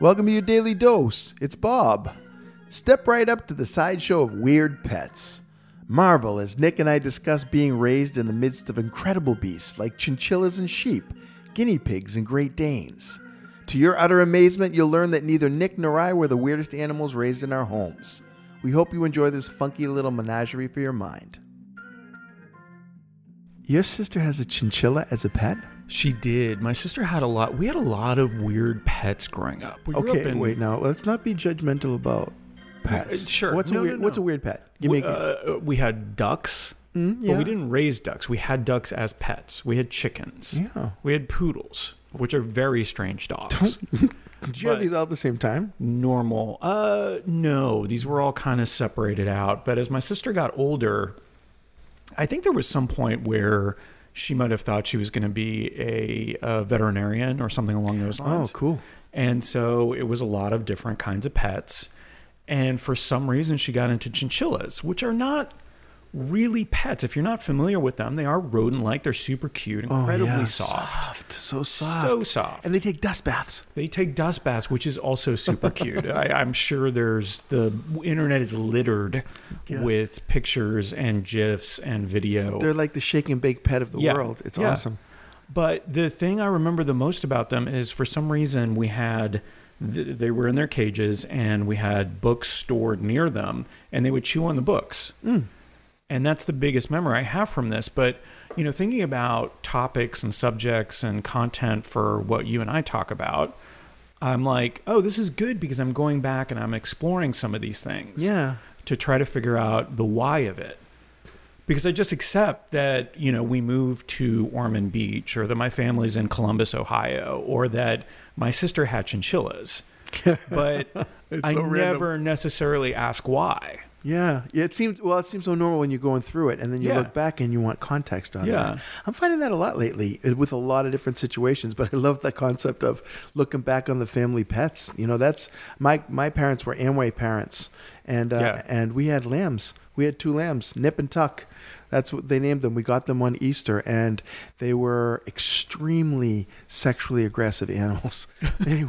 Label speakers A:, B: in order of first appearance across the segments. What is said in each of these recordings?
A: Welcome to your daily dose. It's Bob. Step right up to the sideshow of weird pets. Marvel as Nick and I discuss being raised in the midst of incredible beasts like chinchillas and sheep, guinea pigs and Great Danes. To your utter amazement, you'll learn that neither Nick nor I were the weirdest animals raised in our homes. We hope you enjoy this funky little menagerie for your mind. Your sister has a chinchilla as a pet?
B: She did. My sister had a lot. We had a lot of weird pets growing up. We grew
A: Okay,
B: up in-
A: wait now. Let's not be judgmental about pets.
B: Uh, sure.
A: What's a
B: No,
A: weird,
B: no, no.
A: What's a weird pet? Give
B: We,
A: me.
B: uh, we had ducks, but
A: yeah.
B: we didn't raise ducks. We had ducks as pets. We had chickens.
A: Yeah.
B: We had poodles, which are very strange dogs.
A: Did you have
B: but-
A: these all at the same time?
B: Normal. Uh, no, these were all kind of separated out. But as my sister got older, I think there was some point where she might have thought she was going to be a, a veterinarian or something along those
A: Oh,
B: lines.
A: cool.
B: And so it was a lot of different kinds of pets. And for some reason, she got into chinchillas, which are not really pets. If you're not familiar with them, they are rodent like. They're super cute, incredibly soft.
A: so Oh, soft,
B: So soft.
A: and they take dust baths.
B: They take dust baths, which is also super cute. I, I'm sure there's the internet is littered with pictures and GIFs and video.
A: They're like the shake and bake pet of the
B: Yeah.
A: world. It's
B: Yeah.
A: awesome.
B: But the thing I remember the most about them is for some reason we had th- they were in their cages and we had books stored near them and they would chew on the books. And that's the biggest memory I have from this, but you know, thinking about topics and subjects and content for what you and I talk about, I'm like, oh, this is good because I'm going back and I'm exploring some of these things
A: Yeah.
B: to try to figure out the why of it. Because I just accept that, you know, we moved to Ormond Beach or that my family's in Columbus, Ohio, or that my sister had chinchillas. But I
A: so random.
B: never necessarily ask why.
A: Yeah. Yeah. It seems well. It seems so normal when you're going through it, and then you
B: Yeah.
A: look back and you want context on
B: Yeah.
A: that. I'm finding that a lot lately uh, with a lot of different situations. But I love the concept of looking back on the family pets. You know, that's my my parents were Amway parents, and uh,
B: Yeah.
A: and we had lambs. We had two lambs, Nip and Tuck. That's what they named them. We got them on Easter, and they were extremely sexually aggressive animals. they,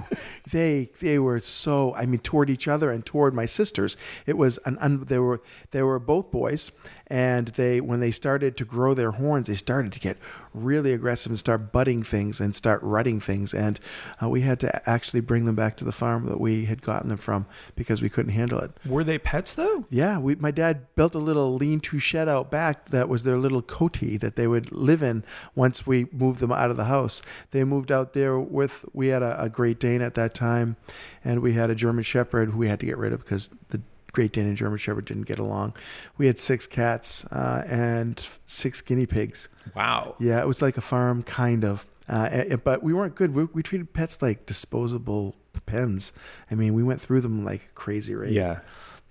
A: they they were so I mean toward each other and toward my sisters. It was an un, they were they were both boys, and they when they started to grow their horns, they started to get really aggressive and start butting things and start rutting things. And uh, we had to actually bring them back to the farm that we had gotten them from because we couldn't handle it.
B: Were they pets though?
A: Yeah, we, my dad built a little lean-to shed out back that was their little coty that they would live in once we moved them out of the house. They moved out there with we had a, a Great Dane at that time, and we had a German Shepherd who we had to get rid of because the Great Dane and German Shepherd didn't get along. We had six cats uh, and six guinea pigs.
B: Wow.
A: Yeah, it was like a farm, kind of. Uh, a- a- but we weren't good. We, we treated pets like disposable pens. I mean, we went through them like a crazy rate.
B: Yeah.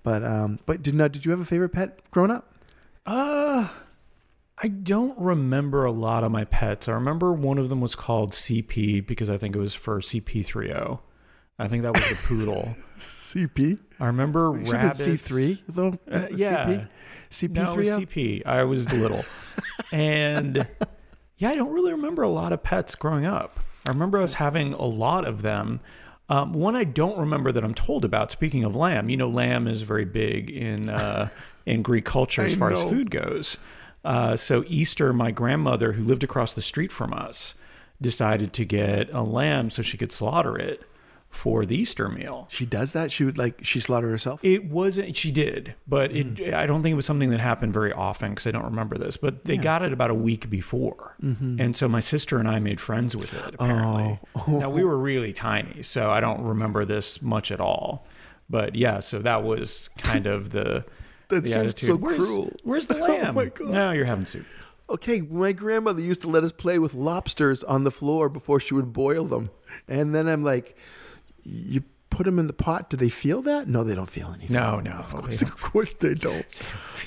A: But um, but did not did you have a favorite pet growing up?
B: Uh I don't remember a lot of my pets. I remember one of them was called CP because I think it was for CP30. I think that was the poodle.
A: CP.
B: I remember rabbits.
A: C three though.
B: Uh,
A: The
B: yeah.
A: CP. CP
B: No, it was
A: three.
B: CP. I was little, and yeah, I don't really remember a lot of pets growing up. I remember us having a lot of them. Um, one I don't remember that I'm told about. Speaking of lamb, you know, lamb is very big in uh, in Greek culture as
A: I
B: far
A: know.
B: as food goes. Uh, so Easter, my grandmother, who lived across the street from us, decided to get a lamb so she could slaughter it for the Easter meal.
A: She does that. She would like she slaughter herself.
B: It wasn't. She did, but it.
A: Mm.
B: I don't think it was something that happened very often because I don't remember this. But they got it about a week before,
A: Mm-hmm.
B: and so my sister and I made friends with it. Apparently,
A: Oh.
B: now we were really tiny, so I don't remember this much at all. But yeah, so that was kind of the.
A: That
B: the
A: seems
B: attitude.
A: so
B: where's,
A: cruel." Oh
B: Where's the lamb?
A: my God.
B: No, you're having soup.
A: Okay, my grandmother used to let us play with lobsters on the floor before she would boil them, and then I'm like, you put them in the pot. Do they feel that? No, they don't feel anything.
B: No, no. Of course.
A: Of course they don't.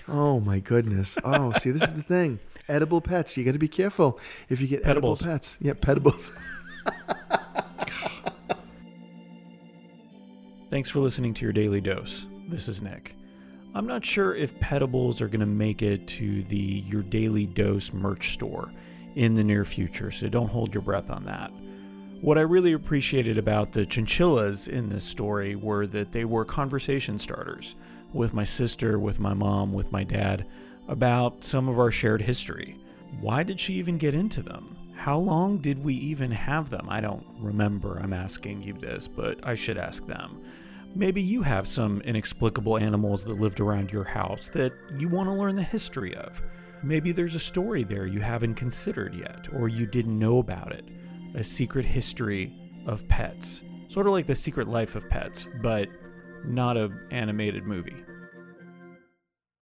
A: Oh my goodness. Oh, see, this is the thing. Edible pets. You got to be careful if you get edible
B: Petables.
A: pets. Yeah, petables.
B: Thanks for listening to your daily dose. This is Nick. I'm not sure if Petables are going to make it to the Your Daily Dose merch store in the near future, so don't hold your breath on that. What I really appreciated about the chinchillas in this story were that they were conversation starters with my sister, with my mom, with my dad about some of our shared history. Why did she even get into them? How long did we even have them? I don't remember. I'm asking you this, but I should ask them. Maybe you have some inexplicable animals that lived around your house that you want to learn the history of. Maybe there's a story there you haven't considered yet, or you didn't know about it. A secret history of pets. Sort of like the secret life of pets, but not a animated movie.